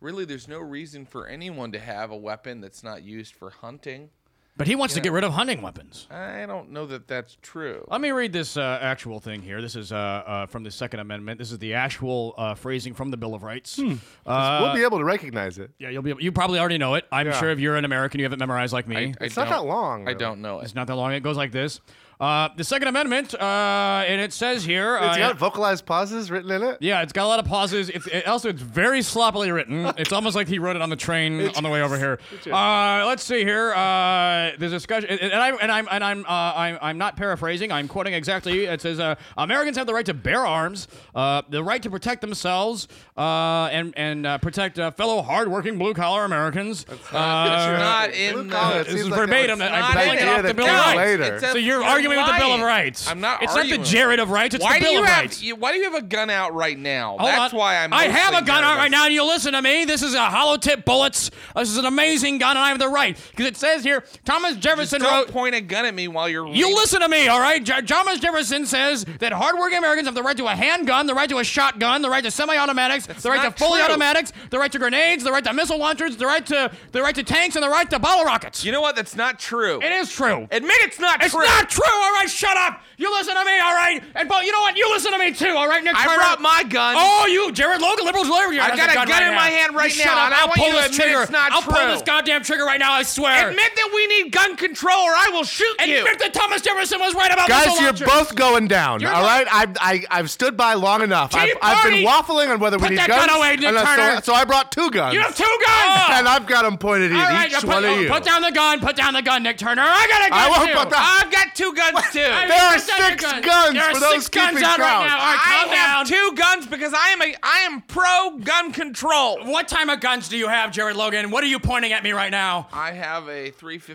really, there's no reason for anyone to have a weapon that's not used for hunting.
But he wants to get rid of hunting weapons.
I don't know that that's true.
Let me read this uh, actual thing here. This is uh, uh, from the Second Amendment. This is the actual uh, phrasing from the Bill of Rights.
Hmm.
Uh,
we'll be able to recognize it.
yeah, you'll be you probably already know it. I'm
Yeah.
sure if you're an American, you have it memorized like me.
I
It's not
don't-
that long.
I
really.
don't know it.
it's not that long. It goes like this. Uh, the Second Amendment, uh, and it says here. Uh,
It's got vocalized pauses written in it.
yeah, it's got a lot of pauses. It's it, also it's very sloppily [laughs] written. It's almost like he wrote it on the train on the way over [laughs] here. Uh, let's see here. Uh, there's a discussion, and and I'm and I'm and I'm, uh, I'm I'm not paraphrasing. I'm quoting exactly. It says uh, Americans have the right to bear arms, uh, the right to protect themselves, uh, and and uh, protect uh, fellow hardworking blue collar Americans.
it's
Uh, [laughs]
not in
collar,
the.
it
this
seems
is
like a-
verbatim.
it's
I'm
not
pulling
in
it
it.
off the
It's
Bill
a
of
guys,
guy.
Rights.
later.
it's a-
So you're arguing with the Bill of Rights.
I'm not.
It's
arguing
not
with
the Jared of Rights. It's
Why
the
do
Bill
you
of
have?
Rights.
you- Why do you have a gun out right now?
Hold
that's
on.
why I'm.
I have a
mostly
gun out right now.
nervous.
You listen to me. This is a hollow tip bullets. This is an amazing gun, and I have the right because it says here Thomas Jefferson
Don't
wrote.
point a gun at me while you're.
You
reading.
listen to me, all right? J- Thomas Jefferson says that hardworking Americans have the right to a handgun, the right to a shotgun, the right to semi-automatics, the right to
not
fully
true.
automatics, the right to grenades, the right to missile launchers, the right to the right to tanks, and the right to bottle rockets.
You know what? That's not true.
it is true.
Admit it's not
It's
true.
not true, all right? Shut up. You listen to me, all right? And Bo, you know what? You listen to me too, all right? Nick
I
Turner?
brought my gun.
Oh, you, Jared Logan, liberals, liberal.
I've got a gun in
right
my
now.
hand right
You
now,
shut up.
and I
I'll
want
pull
you to
this
admit
trigger.
it's not
I'll pull
true.
this goddamn trigger right now. I swear.
Admit that we need gun control, or I will shoot you.
Admit that Thomas Jefferson was right about
Guys,
missile
you're
launchers.
both going down.
You're
all
not-
right, I've, I, I've stood by long enough.
Tea
I've, I've
party!
been waffling on whether
Put
we need
that
guns.
gun away, Nick
and I- so-
Turner.
So, I brought two guns.
You have two guns.
and I've got them pointed at
All right,
each
now put,
one
oh,
of you.
put down the gun. Put down the gun, Nick Turner. I got a gun
I won't
too.
put down-
I've got two guns
guns too.
There are
Put down your
six guns
There are
for those
six guns
keeping
out right
count.
now. All right,
I
calm down.
have two guns because I am a I am pro gun control.
What type of guns do you have, Jared Logan? What are you pointing at me right now?
I have a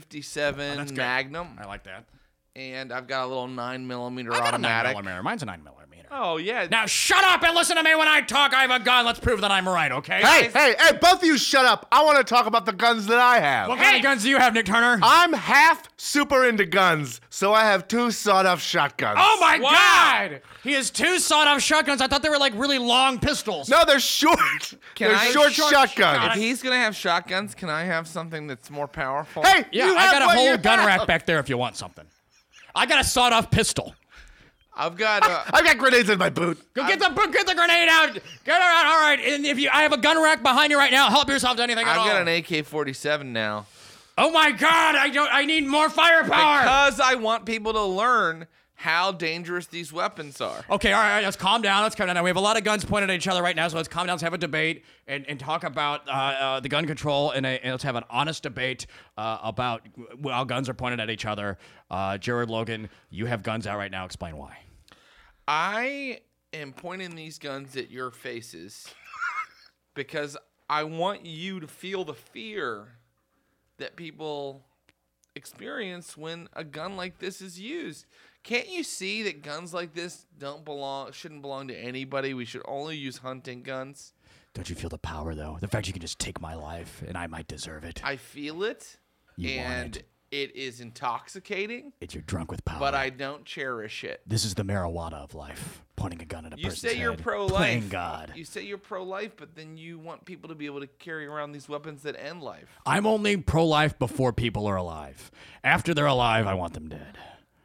357
good.
Magnum,
Oh, I like that.
and I've got a little nine millimeter
I got a nine
automatic.
millimeter. Mine's a nine millimeter.
Oh yeah.
Now shut up and listen to me when I talk. I have a gun. Let's prove that I'm right, okay?
Hey, hey, hey, both of you shut up. I want to talk about the guns that I have.
What kind of guns do you have, Nick Turner?
I'm half super into guns, so I have two sawed off shotguns.
oh my
Wow.
God! He has two sawed-off shotguns. I thought they were like really long pistols.
No, they're short.
Can
they're
I-
short,
short
shotguns.
if he's gonna have shotguns, can I have something that's more powerful?
Hey,
Yeah,
you
I
have
got
what
a whole
you
gun
have.
rack back there if you want something. I got a sawed-off pistol.
I've
[laughs]
got. Uh,
I've got grenades in my boot.
Go get the get the grenade out. Get her out. All right. And if you, I have a gun rack behind you right now. Help yourself to anything at
I've
all.
got an AK-47 now
oh my God! I don't. I need more firepower.
because I want people to learn how dangerous these weapons are.
Okay, all right, all right, let's calm down. Let's calm down. Now, we have a lot of guns pointed at each other right now, so let's calm down. Let's have a debate and, and talk about uh, uh, the gun control, and, a, and let's have an honest debate uh, about w- how guns are pointed at each other. Uh, Jared Logan, you have guns out right now. Explain why.
I am pointing these guns at
[laughs]
your faces because I want you to feel the fear that people experience when a gun like this is used. Can't you see that guns like this don't belong shouldn't belong to anybody? We should only use hunting guns.
Don't you feel the power, though? The fact you can just take my life, and I might deserve it.
I feel it
You want
and
it.
it is intoxicating,
It's you're drunk with power.
but I don't cherish it.
This is the marijuana of life. Pointing a gun at a
You
person's
say you're
head,
pro
playing
life.
God.
You say you're pro life, but then you want people to be able to carry around these weapons that end life.
I'm only pro life before people are alive. After they're alive, I want them dead.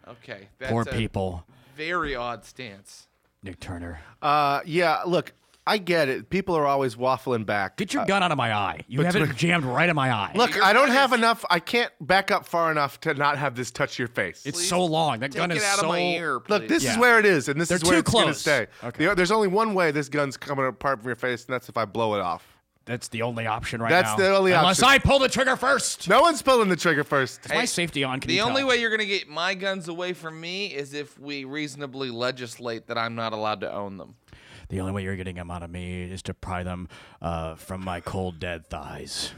Okay. That's
Poor
a
people.
very odd stance.
Nick Turner.
Uh, yeah, look, I get it. People are always waffling back.
Get your gun out of my eye. You have it jammed right in my eye.
uh, Look, I don't have enough. I can't back up far enough to not have this touch your face.
it's so long. That
Take
gun
it
is
out
so.
of my ear, please.
Look, this is
Yeah.
where it is, and this
They're
is where
too
it's gonna
close.
stay.
Okay.
The- there's only one way this gun's coming apart from your face, and that's if I blow it off.
That's the only option right
That's
now.
the only
Unless
option.
I pull the trigger first.
No one's pulling the trigger first.
Is my safety on. Can
The
you
only
tell?
way you're going to get my guns away from me is if we reasonably legislate that I'm not allowed to own them.
The only way you're getting them out of me is to pry them uh, from my cold dead thighs.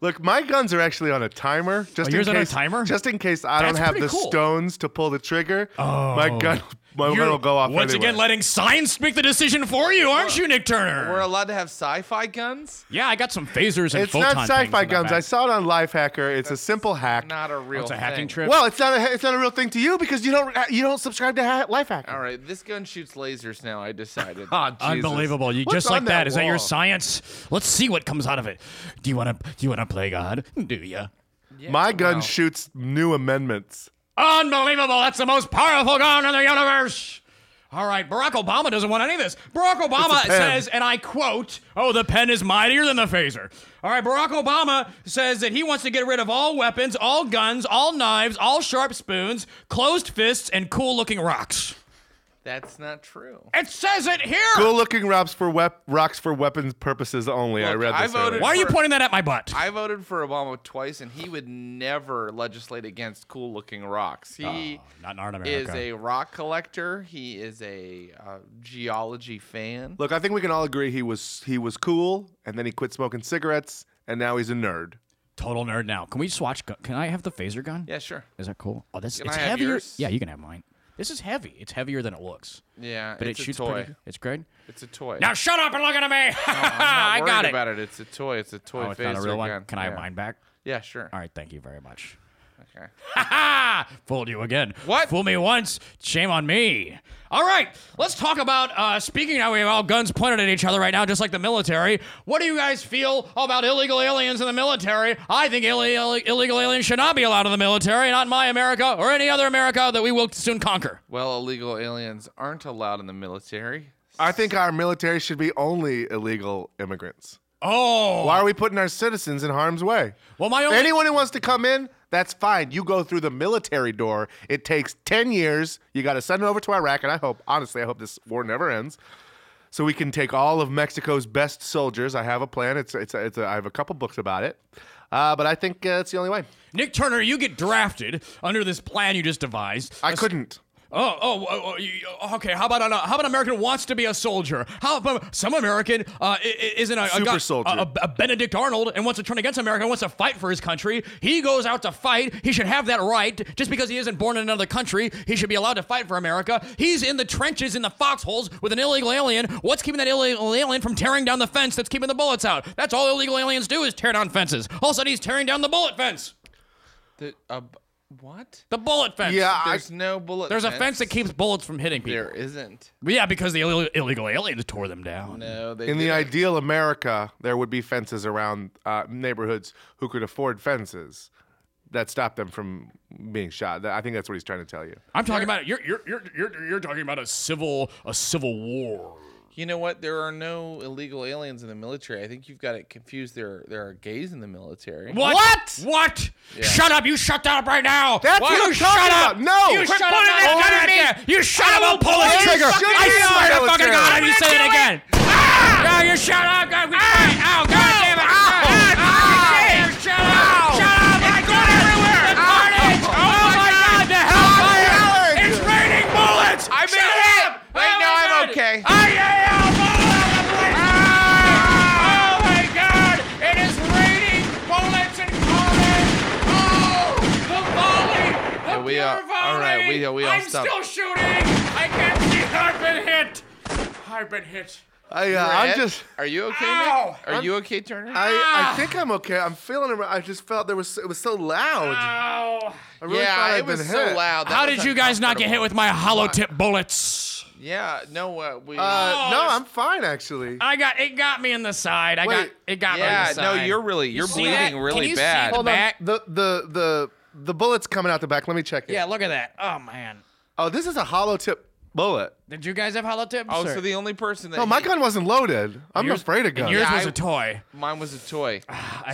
Look, my guns are actually on a timer. Just
Oh,
in
yours on a
case,
timer?
Just in case I don't
That's
have
pretty
the
cool.
stones to pull the trigger. Oh, my gun, my gun
You're-
will go off.
Once
anyway.
again, letting science make the decision for you, aren't you, Nick Turner?
We're allowed to have sci-fi guns?
yeah, I got some phasers and
it's
photon
not
things in my
sci-fi guns. I
back.
saw it on Lifehacker. It's a simple hack.
Not a real
Oh, It's a hacking
thing.
trip.
well, it's not a it's not a real thing to you because you don't you don't subscribe to ha- Lifehacker.
All right, this gun shoots lasers now,
[laughs]
I decided.
Ah, Unbelievable! You
What's
just like
on
that.
that
Is that your
wall?
science? Let's see what comes out of it. Do you want to? Do you want to play God? Do you?
my gun
wow.
shoots new amendments.
Unbelievable! That's the most powerful gun in the universe. All right, Barack Obama doesn't want any of this. Barack Obama
It's a pen.
says, and I quote, "Oh, the pen is mightier than the phaser." All right, Barack Obama says that he wants to get rid of all weapons, all guns, all knives, all sharp spoons, closed fists, and cool-looking rocks.
That's not true.
It says it here.
Cool looking rocks for wep- rocks for weapons purposes only. I
Look,
read
I
this.
voted-
earlier.
Why are you pointing that at my butt?
I voted for Obama twice, and he would never legislate against cool-looking rocks. He
Not in Art America.
is a rock collector. He is a uh, geology fan.
Look, I think we can all agree he was he was cool, and then he quit smoking cigarettes, and now he's a nerd.
total nerd now. Can we swatch? Gun? Can I have the phaser gun?
Yeah, sure.
Is that cool? Oh, this
Can
it's
I have
heavier.
yours?
Yeah, you can have mine. This is heavy. It's heavier than it looks,
Yeah,
but
it's
it shoots
a toy.
pretty. It's great.
It's a toy.
Now shut up and look at me.
I'm not
[laughs] I
worried
got it.
about it. It's a toy. It's a toy.
Oh, it's not a
phaser
real one.
gun.
Can I have
Yeah.
mine back?
Yeah, sure.
All right, thank you very much.
Okay.
Ha [laughs] Fooled you again.
What?
Fool me once, shame on me. All right, let's talk about uh, speaking now. We have all guns pointed at each other right now, just like the military. What do you guys feel about illegal aliens in the military? I think Ill- Ill- illegal aliens should not be allowed in the military, not in my America or any other America that we will soon conquer.
Well, illegal aliens aren't allowed in the military.
I think our military should be only illegal immigrants.
Oh,
Why are we putting our citizens in harm's way?
well, my only.
Anyone who wants to come in, that's fine. You go through the military door. It takes 10 years. You got to send it over to Iraq. And I hope, honestly, I hope this war never ends. So we can take all of Mexico's best soldiers. I have a plan. It's, it's, it's I have a couple books about it. Uh, but I think uh, it's the only way.
Nick Turner, you get drafted under this plan you just devised.
I couldn't.
Oh, oh, oh, oh, you- oh, okay. How about an, uh, how about an American wants to be a soldier? How about some American uh, i- i- isn't a, a
Super
guy-
soldier.
a- a- a Benedict Arnold and wants to turn against America, and wants to fight for his country. He goes out to fight. He should have that right. Just because he isn't born in another country, he should be allowed to fight for America. He's in the trenches in the foxholes with an illegal alien. What's keeping that illegal alien from tearing down the fence that's keeping the bullets out? That's all illegal aliens do is tear down fences. All of a sudden, he's tearing down the bullet fence.
The, uh, b- what?
The bullet fence.
Yeah, I,
There's no bullet.
There's a fence that keeps bullets from hitting people.
There isn't.
Yeah, because the Ill- illegal aliens tore them down.
No, they
in the
didn't.
ideal America, there would be fences around uh, neighborhoods who could afford fences that stop them from being shot. That- I think that's what he's trying to tell you.
I'm talking about you're you're, you're you're you're talking about a civil a civil war.
You know what? There are no illegal aliens in the military. I think you've got it confused. There, there are gays in the military.
What? What? Shut up! You shut that up right now!
That's what
you
I'm
shut
talking
up!
about. No.
You
Quit
shut up!
putting
Not
that
that gun
gun at me.
right there. You shut up! I'll pull the
you
trigger!
shut
I swear
it up.
to fucking
Don't
God, if you say it again. Ah! No, you shut up! God, we fight. Ow, God damn it! Ah! Ow! God, damn it. Shut up! Shut up! It's going everywhere! It's carnage! Oh my God! The hellfire!
Alex.
It's raining bullets!
I've been
Shut
hit.
up!
Wait,
Oh
no,
my
I'm
God.
okay.
Ay, ay, ay, all over the place. Oh my God! It is raining bullets and carnage. Oh, the volley, the
Yeah, we
pure
are-
volley.
all right, we- yeah, we all
I'm
stopped.
still shooting. I can't see. I've been hit. I've been hit.
I,
You
uh,
were
I'm
hit?
just.
Are you okay?
Ow.
Nick? Are you okay, Turner?
Ah,
I, I think I'm okay. I'm feeling. ar- I just felt there was. It was so loud.
Ow.
I really
yeah,
thought i had
it was
been
so
hit.
loud. that
How
was
did you guys not get hit
uncomfortable.
with my hollow tip bullets?
Yeah, no, uh, we.
Uh, no,
this-
I'm fine actually.
I got it. Got me in the side. I got
Wait.
it. Got me
yeah,
in the
no,
side.
you're really, you're
see that?
bleeding
Can
really
you see
bad.
the
Hold on.
back?
The the the the bullet's coming out the back. Let me check it.
Yeah, look at that. Oh man.
Oh, this is a hollow tip bullet.
Did you guys have hollow tips?
Oh,
or-
so the only person that
No, my
hit-
gun wasn't loaded. I'm
Yours-
afraid of
and
guns.
Yours
Yeah,
was
I-
a toy.
mine was a
[sighs]
toy.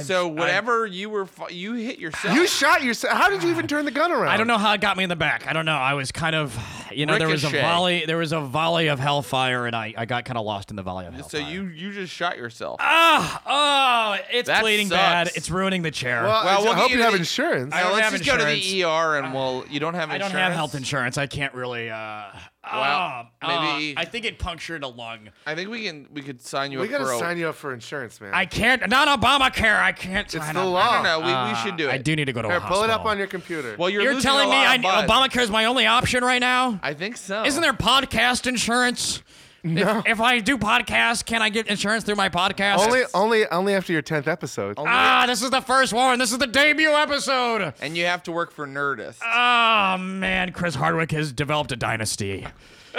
so
I've-
whatever you were, fi- you hit yourself.
You shot yourself. How did you even turn the gun around?
I don't know how it got me in the back. I don't know. I was kind of, you know, there was a
Ricochet.
volley. There was a volley of hellfire, and I, I got kind of lost in the volley of
so
hellfire.
you you just shot
Uh,
yourself.
Ah, oh, it's
That
bleeding
sucks.
bad. It's ruining the chair.
Well,
Well,
I
we'll
hope
get
you
you
have
the-
insurance.
I don't
let's
have
just go to
insurance. Uh,
the ER and we'll. You don't have
I don't
insurance.
have health insurance. I can't really. Uh,
Well,
oh, oh,
maybe-
I think it punctured a lung.
I think we can we could sign you
We
up
gotta
for a-
sign you up for insurance, man.
I can't. Not Obamacare. I can't.
it's
sign
the
up.
I
law.
don't know. We, we
Uh,
should do it.
I do need to go to
Here,
a
pull it up
hospital.
on your computer.
Well, you're,
You're,
losing
telling
a
me
lot
I,
of buds.
Obamacare is my only option right now?
I think so.
Isn't there podcast insurance? If, if I do podcasts, can I get insurance through my podcast?
only, only, only after your tenth episode.
ah, this is the first one. This is the debut episode.
And you have to work for Nerdist.
Oh man, Chris Hardwick has developed a dynasty.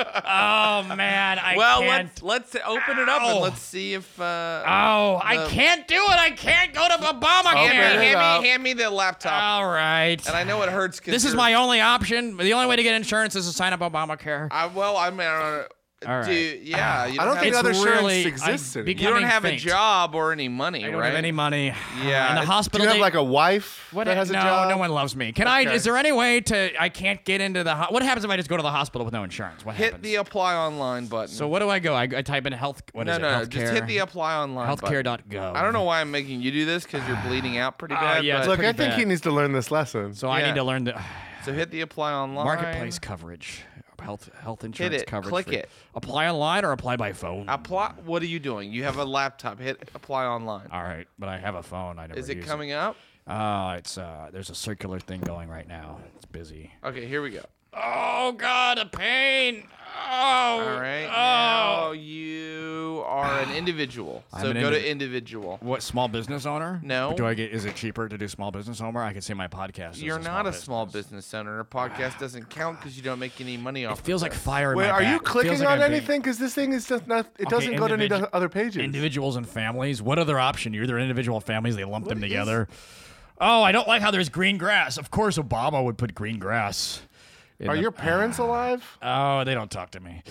oh man, I
well,
can't.
let's let's open it up
Ow.
and let's see if. Uh,
Oh, I
Uh,
can't do it. I can't go to
hand, me,
Obamacare.
it
hand,
up.
me, hand me the laptop.
All right.
and I know it hurts. 'cause
This is
you're-
my only option. The only way to get insurance is to sign up Obamacare.
I, well, I mean, I don't,
All right.
do, yeah. You
I don't
have,
think
It's
other insurance
really-
exists
I'm
anymore.
you don't
becoming
have
faint.
a job or any money,
I don't
right?
have any money.
Yeah,
In the
it-
hospital.
Do you have
they-
like a wife
[laughs] What
that has a
no,
job?
no one loves me. Can I?
Okay.
Is there any way to? I can't get into the. ho- What happens if I just go to the hospital with no insurance? What
Hit
happens?
the apply online button.
so what do I go? I, I type in health. What
no,
is it?
no,
healthcare,
just hit the apply online. button.
Healthcare.gov.
I don't know why I'm making you do this because you're bleeding out pretty
Ah,
bad.
yeah, it's
but-
Look, I
pretty
think he
bad.
needs to learn this lesson.
So I
Yeah.
need to learn the
so hit the apply online.
marketplace coverage, health health insurance
it,
coverage.
click
for-
it.
Apply online or apply by phone.
Apply. What are you doing? You have a laptop. Hit apply online.
All right, but I have a phone. I never
Is it
use
coming up?
Uh, it's uh, there's a circular thing going right now. It's busy.
Okay, here we go.
Oh God, a pain. Oh.
All right. Now you
[sighs]
are an individual. So
an
go
indiv-
to individual.
What small business owner?
No.
Do I get? Is it cheaper to do small business owner? I could say my podcast. Is
You're not a small
business.
business owner. A podcast doesn't count because you don't make any money off.
It feels like fire. in
Wait,
my
are
back.
you
It feels
clicking
like
on
I'm being-
anything? Because this thing is just not. It
Okay,
doesn't go to any
individu-
other pages.
Individuals and families. What other option? You're either individual or families. They lump them together. Oh, I don't like how there's green grass. Of course, Obama would put green grass. in
Are
the- Ah.
your parents alive?
Oh, they don't talk to me.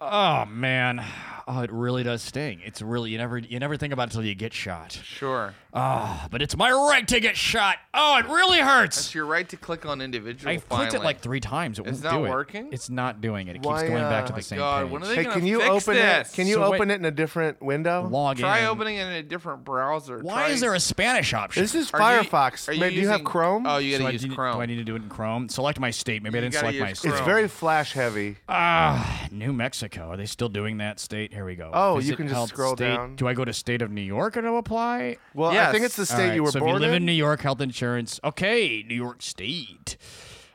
Oh man, oh it really does sting. It's really you never you never think about it until you get shot.
Sure.
Oh, but it's my right to get shot. Oh, it really hurts.
It's your right to click on individual.
I clicked it
finally.
like three times. It won't
not
do it.
working?
It's not doing it. It
Why,
keeps going back
uh,
to the
my
same
God,
page.
what are they
Hey,
gonna
can you
fix
open
this?
it? Can you
So
open
wait-
it in a different window?
Log
Try
in.
opening it in a different browser.
Why
Try-
is there a Spanish option?
This is
Are you-
Firefox.
are
Maybe do you have
using-
Chrome?
Oh, you
do,
gotta
I
use
need,
Chrome.
do I need to do it in Chrome? Select my state. Maybe I
You
didn't
gotta
select my
use
state.
it's
Chrome.
very flash heavy.
Ah, New Mexico. Are they still doing that state? Here we go.
Oh, you
Visit
can just
health
scroll
state.
down.
Do I go to state of New York and apply?
Well, I think
Yes.
it's the
All
state
right,
you were
so
born
if you live in? New York, health insurance. Okay, New York State.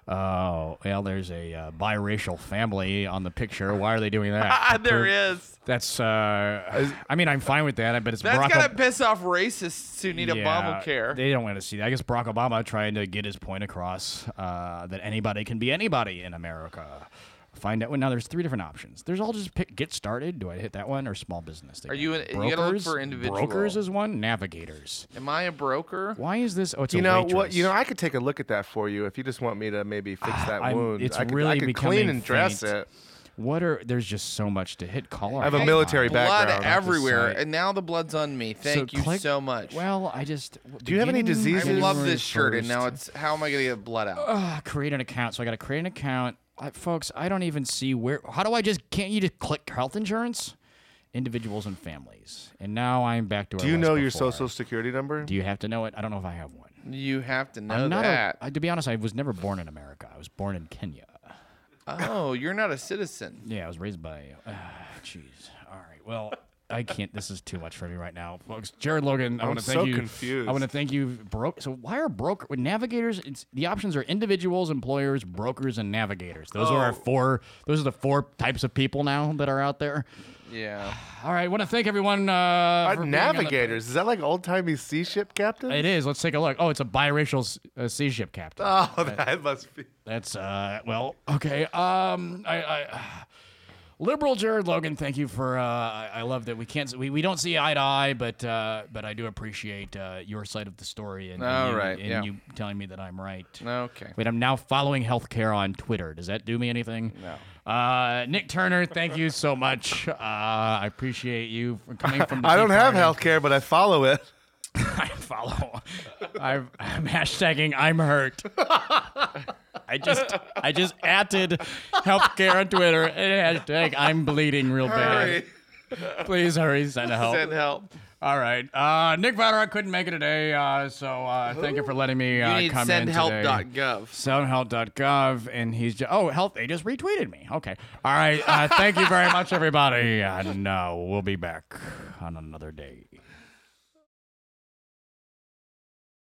Oh, well, there's a uh, biracial family on the picture. Why are they doing that?
[laughs] Ah,
To
[laughs] there
prove-
is.
That's. Uh, I mean, I'm fine with that, but it's
That's
Barack
gotta
Ob-
piss off racists who need
yeah,
Obamacare.
They don't want to see that. I guess Barack Obama trying to get his point across uh, that anybody can be anybody in America. Find out. Well, now there's three different options. There's all just pick get started. Do I hit that one or small business? They
Are
got
you an- you gotta look for individual.
Brokers is one. Navigators.
Am I a broker?
Why is this? Oh, it's
You
a
know
waitress.
what? You know, I could take a look at that for you if you just want me to maybe [sighs] fix that
I'm-
wound.
it's
I could,
really
I could clean
becoming
and dress
faint.
it.
What are there's just so much to hit color.
I have a
on.
military
Blood
background.
everywhere,
site.
and now the blood's on me.
So
Thank you
click-
so much.
Well, I just
Do you have any
beginning
I
diseases?
January
love this shirt, and now
1st.
it's how am I gonna get blood out?
Ugh, create an account. So I got to create an account. I, folks, I don't even see where. How do I just? Can't you just click health insurance, individuals and families? And now I'm back to. Where
Do you
I was
know your
before.
social security number?
Do you have to know it? I don't know if I have one.
You have to know
I'm not.
that.
[laughs] A, I, to be honest, I was never born in America. I was born in Kenya.
oh, you're not a citizen.
Yeah, I was raised by. uh, Jeez. All right. Well, I can't. This is too much for me right now, folks. Jared Logan, I want to thank
so
you.
confused.
I want to thank you. Broke. So why are broker with navigators? It's the options are individuals, employers, brokers, and navigators. Those
Oh.
are our four. Those are the four types of people now that are out there.
Yeah.
All right. I want to thank everyone. Uh,
Uh,
for being on the-
navigators. Is that like old timey sea ship captain?
It is. Let's take a look. Oh, it's a biracial s- uh, sea ship captain.
Oh, that must be.
That's uh well okay um I, I liberal Jared Logan thank you for uh I, I love that we can't we, we don't see eye to eye but uh but I do appreciate uh your side of the story and, and
All
you,
right,
and
yeah.
you telling me that I'm right.
Okay.
Wait, I'm now following healthcare on Twitter. Does that do me anything? No. Uh, Nick Turner, thank you so much. Uh, I appreciate you for coming from. The
[laughs] I
Tea
don't have
Party.
health care, but I follow it.
[laughs] I follow. I've, I'm hashtagging I'm hurt. I just I just atted healthcare on Twitter and hashtag I'm bleeding real
[laughs]
bad. Please hurry, send help.
Send help.
All right, uh, Nick Vader, I couldn't make it today, uh, so uh, thank you for letting me
You
uh,
need
come in today.
sendhelp.gov.
Soundhealth.gov, and he's just, oh, health, they just retweeted me. Okay. All right. Uh, thank you very much, everybody. And uh, we'll be back on another day.